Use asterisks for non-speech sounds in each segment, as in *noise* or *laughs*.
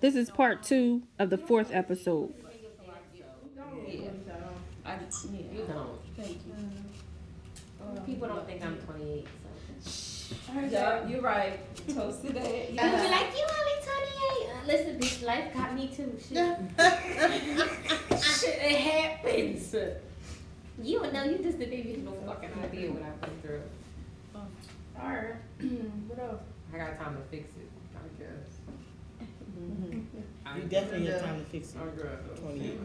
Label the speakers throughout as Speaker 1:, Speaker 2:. Speaker 1: This is part two of the fourth episode.
Speaker 2: Yeah. I, yeah.
Speaker 3: You don't.
Speaker 2: Thank you.
Speaker 3: People don't think I'm 28.
Speaker 2: Yeah, you're right. Toast today.
Speaker 4: I would be like, you only 28. Uh, Listen, bitch, life got me too. Shit,
Speaker 3: *laughs* Shit, it happens.
Speaker 4: you would know you just the baby.
Speaker 3: No fucking idea what I've been through.
Speaker 4: Alright. *clears throat* what else?
Speaker 3: I got time to fix it. I guess. I
Speaker 5: You definitely have time to fix it.
Speaker 3: I guess.
Speaker 5: Twenty-eight.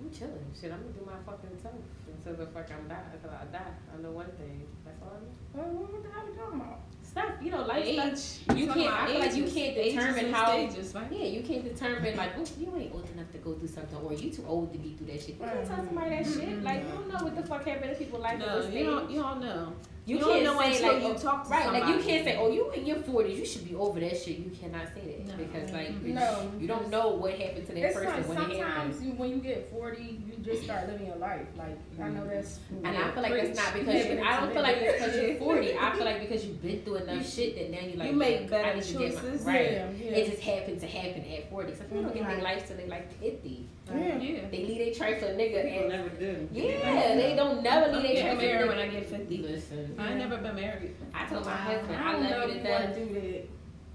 Speaker 3: I'm chilling. Shit, I'm gonna do my fucking self until the fuck I'm die. Until I die, I know one thing. That's all I know.
Speaker 2: what the hell are you talking about?
Speaker 3: Stop. You know,
Speaker 2: Age.
Speaker 3: lifestyle. You
Speaker 2: Talking
Speaker 3: can't.
Speaker 2: about
Speaker 3: I feel like you
Speaker 2: ages.
Speaker 3: can't
Speaker 2: Ages
Speaker 3: determine
Speaker 2: and
Speaker 3: how.
Speaker 2: Stages, right?
Speaker 3: Yeah, you can't determine like, oh, you ain't old enough to go through something, or you too old to be through that shit. You can't tell somebody that shit. Like, you don't know what the fuck happened in people's life. at
Speaker 2: No,
Speaker 3: this
Speaker 2: you don't.
Speaker 3: stage.
Speaker 2: You don't know.
Speaker 3: You,
Speaker 2: you don't
Speaker 3: can't
Speaker 2: know
Speaker 3: say
Speaker 2: until
Speaker 3: like,
Speaker 2: you
Speaker 3: oh,
Speaker 2: talk to
Speaker 3: right. Like, you
Speaker 2: somebody.
Speaker 3: can't say, oh, you in your forties, you should be over that shit. You cannot say that
Speaker 2: No.
Speaker 3: because like,
Speaker 2: Mm.
Speaker 3: bitch,
Speaker 6: No.
Speaker 3: you don't know what happened to that
Speaker 6: It's
Speaker 3: person
Speaker 6: like
Speaker 3: when it
Speaker 6: sometimes
Speaker 3: happened.
Speaker 6: you, when you get forty, you just start living your life. Like I
Speaker 3: Mm-hmm.
Speaker 6: know that's.
Speaker 3: And I feel like that's not because you, I don't feel like it's because you're 40. I
Speaker 2: *laughs*
Speaker 3: feel like because you've been through enough shit that now you like
Speaker 2: you make
Speaker 3: "Look, I
Speaker 2: better
Speaker 3: need to get my-"
Speaker 2: choices.
Speaker 3: right.
Speaker 6: Yeah, yeah.
Speaker 3: It just happened to happen at 40. Some people don't get their
Speaker 6: Right.
Speaker 3: life till they like 50.
Speaker 6: yeah.
Speaker 2: Yeah.
Speaker 3: They leave their tray for a nigga and
Speaker 5: never do.
Speaker 3: yeah, they don't never
Speaker 2: I'm
Speaker 3: leave their tray
Speaker 2: getting
Speaker 3: for a
Speaker 2: married
Speaker 3: nigga.
Speaker 2: when I get 50.
Speaker 3: Listen,
Speaker 2: I ain't never been married.
Speaker 3: I told my
Speaker 6: I
Speaker 3: husband I
Speaker 6: don't know
Speaker 3: love you
Speaker 6: if
Speaker 3: to
Speaker 6: you want
Speaker 3: death.
Speaker 6: to do that.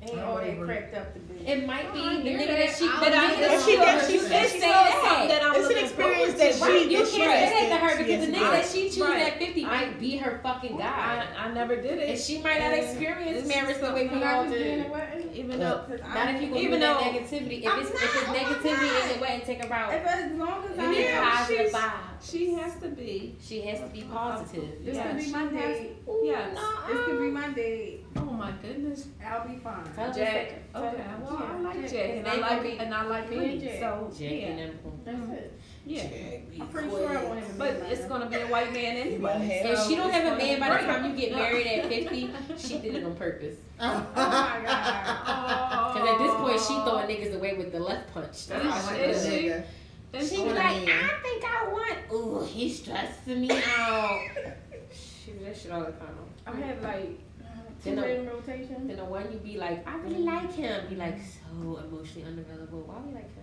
Speaker 6: Ain't all that cracked up to be.
Speaker 3: It might be
Speaker 2: I
Speaker 3: the
Speaker 2: hear
Speaker 3: nigga
Speaker 2: that.
Speaker 3: that she
Speaker 2: I
Speaker 3: that I
Speaker 2: don't know.
Speaker 3: that she
Speaker 2: She
Speaker 3: that
Speaker 2: got-
Speaker 3: she
Speaker 2: she
Speaker 3: said
Speaker 2: said
Speaker 3: that.
Speaker 2: that I'm
Speaker 5: It's an
Speaker 2: looking forward
Speaker 5: experience that
Speaker 2: to.
Speaker 5: she-
Speaker 3: Right, you can't say
Speaker 5: that she
Speaker 3: that to her
Speaker 5: has
Speaker 3: because the
Speaker 5: to
Speaker 3: nigga that
Speaker 2: do.
Speaker 3: she choose
Speaker 2: Right.
Speaker 3: at 50 might
Speaker 2: I-
Speaker 3: be her fucking
Speaker 2: I,
Speaker 3: guy.
Speaker 2: I never did
Speaker 3: And
Speaker 2: it.
Speaker 3: she might not
Speaker 2: Yeah.
Speaker 3: experience
Speaker 2: It's
Speaker 3: marriage the way we
Speaker 6: When I
Speaker 3: all
Speaker 6: was being
Speaker 3: do.
Speaker 6: a wedding,
Speaker 2: Even though
Speaker 3: Not if you go through
Speaker 2: Even
Speaker 3: that
Speaker 2: though-
Speaker 3: negativity. If
Speaker 6: I'm
Speaker 3: it's
Speaker 6: not,
Speaker 3: if it's
Speaker 6: oh my
Speaker 3: negativity
Speaker 6: God.
Speaker 3: in the way and take her
Speaker 6: if
Speaker 3: out.
Speaker 6: as long as
Speaker 3: You need
Speaker 6: I
Speaker 2: Yeah,
Speaker 3: positive
Speaker 2: she's-
Speaker 3: vibes.
Speaker 2: she has to be.
Speaker 3: She has to be positive.
Speaker 6: this
Speaker 2: Yeah,
Speaker 6: could be
Speaker 2: she
Speaker 6: my
Speaker 2: has-
Speaker 6: day,
Speaker 2: Yes.
Speaker 6: this could
Speaker 3: uh-uh.
Speaker 6: be my day.
Speaker 2: Oh my goodness.
Speaker 6: I'll be fine.
Speaker 3: Tell her
Speaker 2: Jack.
Speaker 3: to- tell her-
Speaker 2: Okay. Well, I like
Speaker 6: Jack.
Speaker 2: Jack, and I
Speaker 3: They gonna
Speaker 2: like
Speaker 3: be-
Speaker 2: and I like
Speaker 6: Me
Speaker 2: me.
Speaker 6: and Jack.
Speaker 2: So
Speaker 3: Jack and
Speaker 2: yeah,
Speaker 3: them.
Speaker 6: That's it.
Speaker 2: yeah.
Speaker 6: I'm pretty sure I want him to be
Speaker 2: But
Speaker 6: mine.
Speaker 2: it's gonna be a white man
Speaker 5: You
Speaker 2: anyway.
Speaker 5: might
Speaker 3: *laughs*
Speaker 5: have.
Speaker 3: If she don't
Speaker 2: it's
Speaker 3: have a
Speaker 2: gonna
Speaker 3: man
Speaker 2: be
Speaker 3: by the
Speaker 2: great.
Speaker 3: time you get
Speaker 2: No.
Speaker 3: married at 50, she did it on purpose.
Speaker 6: Oh my god.
Speaker 3: *laughs* Because at this point, she throwing niggas away with the left punch. That's all Oh, she
Speaker 2: Is
Speaker 3: does.
Speaker 2: she?
Speaker 3: She
Speaker 2: She
Speaker 3: be
Speaker 2: like,
Speaker 3: like, I think I want. Ooh, he's stressing me out. She do that shit all the time.
Speaker 6: I had like
Speaker 3: You
Speaker 6: two
Speaker 3: know-
Speaker 6: in rotation.
Speaker 3: Then the one you be like, I
Speaker 5: Mm-hmm.
Speaker 3: really like him. Be like, so emotionally unavailable. Why we like him?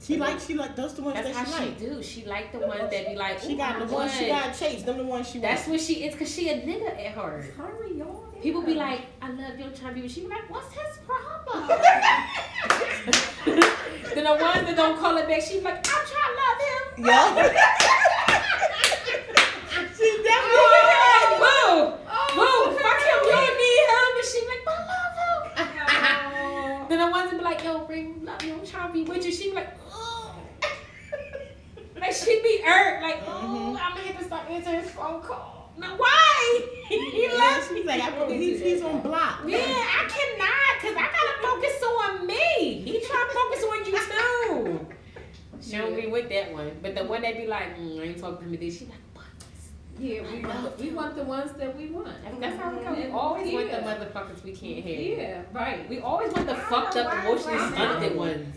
Speaker 5: She like she like those the ones
Speaker 3: That's
Speaker 5: that she
Speaker 3: how she
Speaker 5: like.
Speaker 3: do. She like the ones that be like,
Speaker 5: She
Speaker 3: ooh,
Speaker 5: got
Speaker 3: I
Speaker 5: the one she
Speaker 3: want.
Speaker 5: got chased. Them the ones she
Speaker 3: That's
Speaker 5: wants.
Speaker 3: what she is, cause she a nigga at heart.
Speaker 6: Hurry, y'all.
Speaker 3: People be like, I love your trying to be with you. She be like, what's his *laughs* problem? then the ones that don't call her back, she be like, I'm trying to love him. *laughs*
Speaker 5: She definitely.
Speaker 3: Oh, boo! Boo! Fuck him, you don't need him. And she be like, but I love him. then the ones that be like, yo, bring love you, I'm trying to be with you. She be like, oh. *laughs* like she be hurt. Like, oh, I'm gonna have to stop answering his phone call. Now, why? *laughs* he
Speaker 5: Yeah,
Speaker 3: loves me.
Speaker 5: she's like, I put, he's, he's on block.
Speaker 3: Yeah, I cannot, cause I gotta focus on me. He trying to focus on you *laughs* too. She don't be with that one, but the one that be like, mm, I ain't talking to me. She like, what?
Speaker 2: yeah, we want, we want the ones that we want.
Speaker 3: That's- That's how we come. We always want the
Speaker 2: Yeah.
Speaker 3: motherfuckers we can't have.
Speaker 2: Yeah, right.
Speaker 3: We always want the fucked up, emotionally stunted ones.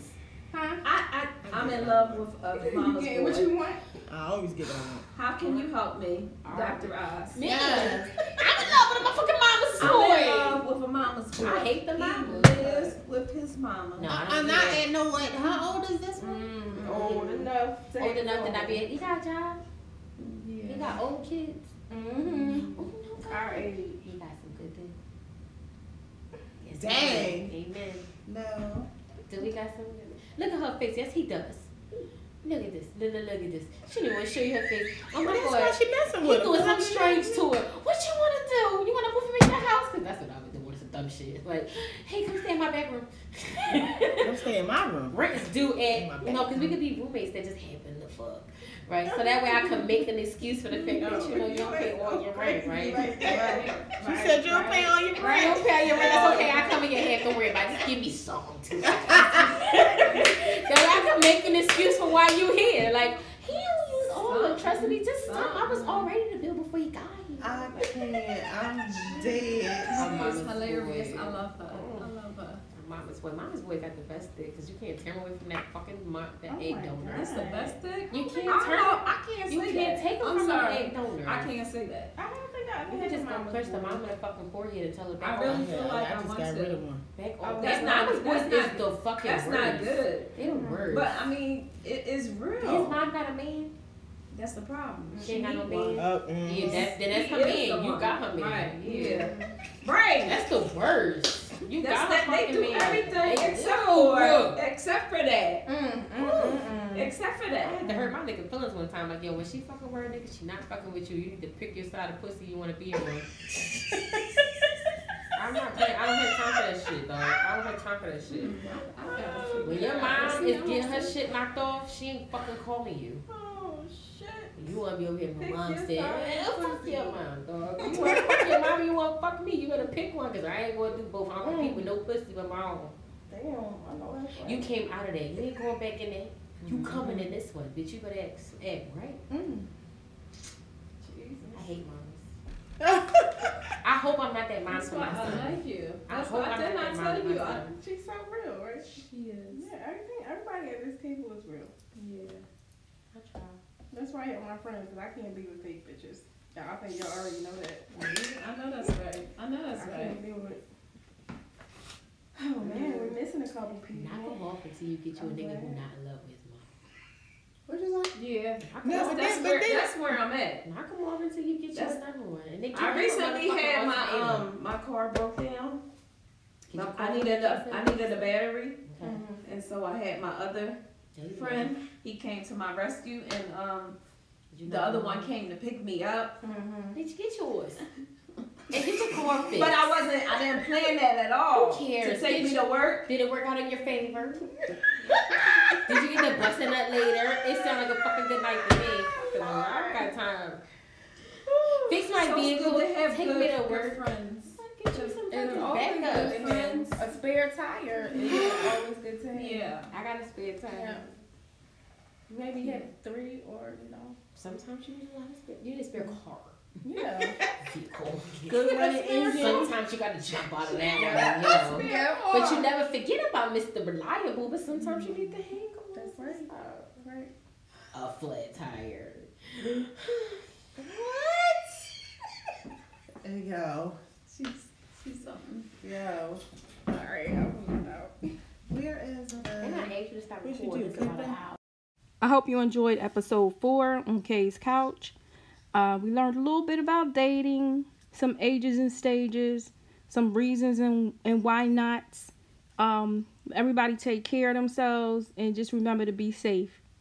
Speaker 6: Huh?
Speaker 2: I, I, I'm in love with *laughs* uh,
Speaker 6: You
Speaker 2: Mama's
Speaker 6: getting what
Speaker 2: boy.
Speaker 6: you want?
Speaker 5: I always get on.
Speaker 2: How can you help me, Dr. Oz?
Speaker 3: Me, *laughs* I'm in love with a motherfucking mama's
Speaker 2: I'm in
Speaker 3: toy.
Speaker 2: love uh, with a Mama's boy.
Speaker 3: I hate the
Speaker 2: He
Speaker 3: mama.
Speaker 2: lives with his mama.
Speaker 3: No, I don't do that.
Speaker 5: at no way. How old is this one?
Speaker 3: Mm,
Speaker 6: Mm-hmm. Old enough. To
Speaker 3: old enough to not be. You got a job. You
Speaker 2: Yeah.
Speaker 3: got old kids.
Speaker 6: Mm-hmm.
Speaker 3: Oh no, God.
Speaker 6: Our age.
Speaker 3: He got some good things. Yes,
Speaker 5: Dang.
Speaker 3: Amen.
Speaker 5: No.
Speaker 3: Do we got some? good- Look at her face. Yes, he does. Look at this. Look, look, look at this. She didn't want to show you her face. Oh my
Speaker 5: That's
Speaker 3: God.
Speaker 5: why she messing
Speaker 3: He
Speaker 5: with him.
Speaker 3: doing something strange to her. What you want to do? You want to move him in your house? Cause that's what I would do. Want some dumb shit? Like, hey, come stay in my back room.
Speaker 5: Don't stay in my room.
Speaker 3: Rent is due
Speaker 5: In my
Speaker 3: at
Speaker 5: back
Speaker 3: you know, cause we could be roommates that just happen to fuck, right? So that way I could make an excuse for the fact that you know you don't pay all your rent, right?
Speaker 6: Right there.
Speaker 5: She said you don't pay all your
Speaker 3: Right,
Speaker 5: rent.
Speaker 3: don't pay your rent. That's okay. I come in your head. Don't worry about it. Just give me some.
Speaker 2: *laughs*
Speaker 3: *laughs* too. so I can make an excuse for why you here. Like he don't use all the trust in me. Just some. I was all ready to build before he got here.
Speaker 5: I
Speaker 2: Um,
Speaker 5: can't. I'm dead.
Speaker 3: Her mama's
Speaker 2: She's hilarious.
Speaker 3: boy. Oh.
Speaker 2: I love her. I love her.
Speaker 3: Mama's boy. Mama's boy got the best dick because you can't turn away from that fucking mom, that
Speaker 6: Oh
Speaker 3: egg
Speaker 6: my
Speaker 3: donor.
Speaker 6: God.
Speaker 2: That's the best thing.
Speaker 3: You
Speaker 2: I,
Speaker 3: can't
Speaker 2: know,
Speaker 3: turn.
Speaker 2: I can't
Speaker 3: You
Speaker 2: say
Speaker 3: can't
Speaker 2: that.
Speaker 3: take them
Speaker 2: I'm
Speaker 3: from an
Speaker 2: sorry.
Speaker 3: egg donor.
Speaker 2: I can't say that.
Speaker 6: I don't think I
Speaker 3: You
Speaker 6: ever
Speaker 3: can
Speaker 6: had a
Speaker 3: just gonna
Speaker 6: mama's
Speaker 3: push the
Speaker 6: boy.
Speaker 3: mama in the fucking forehead and tell her
Speaker 2: I
Speaker 3: back
Speaker 2: really
Speaker 3: off.
Speaker 2: feel
Speaker 5: Yeah,
Speaker 2: like
Speaker 5: I
Speaker 2: I
Speaker 5: just
Speaker 2: want
Speaker 5: got
Speaker 2: to.
Speaker 5: rid of one.
Speaker 3: Back
Speaker 6: Oh,
Speaker 3: off.
Speaker 6: that's
Speaker 3: That
Speaker 2: not-
Speaker 3: mama's boy
Speaker 2: that's
Speaker 3: is
Speaker 2: not-
Speaker 3: the fucking
Speaker 2: That's not
Speaker 3: worst.
Speaker 2: good.
Speaker 3: It works.
Speaker 2: But I mean, it is
Speaker 3: His
Speaker 2: real.
Speaker 3: mom got a man.
Speaker 2: That's the problem.
Speaker 3: She ain't got no
Speaker 2: need one.
Speaker 3: man.
Speaker 5: Uh, mm.
Speaker 3: Yeah, that's, then that's her
Speaker 2: He is the
Speaker 3: man. You
Speaker 2: one.
Speaker 3: got her man.
Speaker 2: Right.
Speaker 3: Yeah.
Speaker 2: Yeah. Right.
Speaker 3: That's the worst. You
Speaker 2: That's
Speaker 3: got her
Speaker 2: that they
Speaker 3: fucking
Speaker 2: do
Speaker 3: man.
Speaker 2: everything
Speaker 3: They do.
Speaker 2: except for except for that.
Speaker 5: Mm, mm, mm, mm.
Speaker 2: Except for
Speaker 3: Uh, I
Speaker 2: that.
Speaker 3: had to hurt my nigga feelings one time. Like, yo, when she fucking with her nigga, she not fucking with you. You need to pick your side of pussy you want to be in
Speaker 2: *laughs*
Speaker 3: with. I'm not playing. I don't have time for that shit, dog. I don't have time for that shit. When your mom is getting her shit knocked off, she ain't fucking calling you.
Speaker 2: Oh shit.
Speaker 3: You want to be over here, my
Speaker 2: Pick
Speaker 3: mom
Speaker 2: your
Speaker 3: said.
Speaker 2: side.
Speaker 3: "Eh, Fuck your mom, dog. You want to fuck your mom, you want to fuck me. You better pick one, because I ain't going to do both. I'm going to be with no pussy but my own.
Speaker 5: Damn, I know that's right.
Speaker 3: You came out of that. You ain't going back in there. You
Speaker 2: Mm-hmm.
Speaker 3: coming in this one, bitch. You better act, act right.
Speaker 5: Mm.
Speaker 3: I hate moms.
Speaker 5: *laughs* That's
Speaker 3: I hope I'm not that mom
Speaker 2: That's
Speaker 3: for
Speaker 2: why
Speaker 3: my
Speaker 2: I
Speaker 3: son.
Speaker 2: like you.
Speaker 3: I
Speaker 2: That's
Speaker 3: hope
Speaker 2: why I
Speaker 3: I'm not
Speaker 2: did not
Speaker 3: that
Speaker 2: tell
Speaker 3: mom
Speaker 2: you. I-
Speaker 3: myself.
Speaker 6: She's so real, right?
Speaker 2: She is.
Speaker 6: Yeah, everything, everybody at this table is real.
Speaker 2: Yeah.
Speaker 3: I try.
Speaker 6: That's why I hate my friends, because I can't be with fake bitches. Y'all, I think y'all already know that.
Speaker 2: I know that's right. I know that's
Speaker 6: I
Speaker 2: right.
Speaker 6: can't deal with. Oh man, we're missing a couple people.
Speaker 3: Knock them off until you get you a nigga who not in love with his mom.
Speaker 5: What you like?
Speaker 2: Yeah.
Speaker 5: No,
Speaker 2: That's,
Speaker 5: but
Speaker 2: that's
Speaker 5: then- but
Speaker 2: where,
Speaker 5: then-
Speaker 2: that's where I'm at.
Speaker 3: Knock them off until you get you
Speaker 2: That's-
Speaker 3: another one. And they
Speaker 2: I
Speaker 3: keep
Speaker 2: recently
Speaker 3: motherfucking
Speaker 2: had
Speaker 3: off
Speaker 2: my
Speaker 3: the end.
Speaker 2: um my car broke down.
Speaker 3: Get your
Speaker 2: I
Speaker 3: phone
Speaker 2: needed a
Speaker 3: fixed
Speaker 2: I
Speaker 3: up.
Speaker 2: needed a battery,
Speaker 3: Okay.
Speaker 2: and so I had my other
Speaker 3: There you go.
Speaker 2: friend. He came to my rescue, and um
Speaker 3: Did you
Speaker 2: the
Speaker 3: knock
Speaker 2: other
Speaker 3: them
Speaker 2: one
Speaker 3: off?
Speaker 2: came to pick me up.
Speaker 3: Bitch, get yours. and get your car fixed.
Speaker 2: *laughs* But I wasn't I didn't plan that at all.
Speaker 3: Who cares?
Speaker 2: To take me to work.
Speaker 3: Did it work out in your favor? *laughs* Did you get the busting up later? It sounded like a fucking good night to me. Fuck them all. I don't got time. Fix my
Speaker 2: So it's
Speaker 3: vehicle.
Speaker 2: good to have
Speaker 3: Take
Speaker 2: good,
Speaker 3: me to
Speaker 2: good
Speaker 3: work.
Speaker 2: friends.
Speaker 3: Get you some
Speaker 6: And
Speaker 3: fucking
Speaker 6: always good
Speaker 3: backup.
Speaker 2: good
Speaker 6: to have a spare tire is always good to have.
Speaker 2: Yeah.
Speaker 3: I got a spare time.
Speaker 6: Yeah. Maybe have three or you know.
Speaker 3: Sometimes you need a lot of spare. You need a spare car.
Speaker 6: Yeah.
Speaker 3: *laughs* Vehicle.
Speaker 6: Good running engine.
Speaker 3: Sometimes you gotta jump out of that one, you know.
Speaker 6: Yeah.
Speaker 3: But you never forget about Mr. Reliable. But sometimes you need to hang on.
Speaker 6: That's right. Right.
Speaker 3: A flat tire.
Speaker 5: There you go.
Speaker 2: She's she's something.
Speaker 5: Yo.
Speaker 6: All right. I'm out.
Speaker 5: Where is
Speaker 3: And I
Speaker 5: the
Speaker 3: asked you to stop
Speaker 5: We should
Speaker 3: recording.
Speaker 5: do
Speaker 3: It's about
Speaker 5: clipping.
Speaker 3: an hour.
Speaker 1: I hope you enjoyed episode four on Kay's Couch. Uh, we learned a little bit about dating, some ages and stages, some reasons and, and why nots. Um, everybody take care of themselves and just remember to be safe.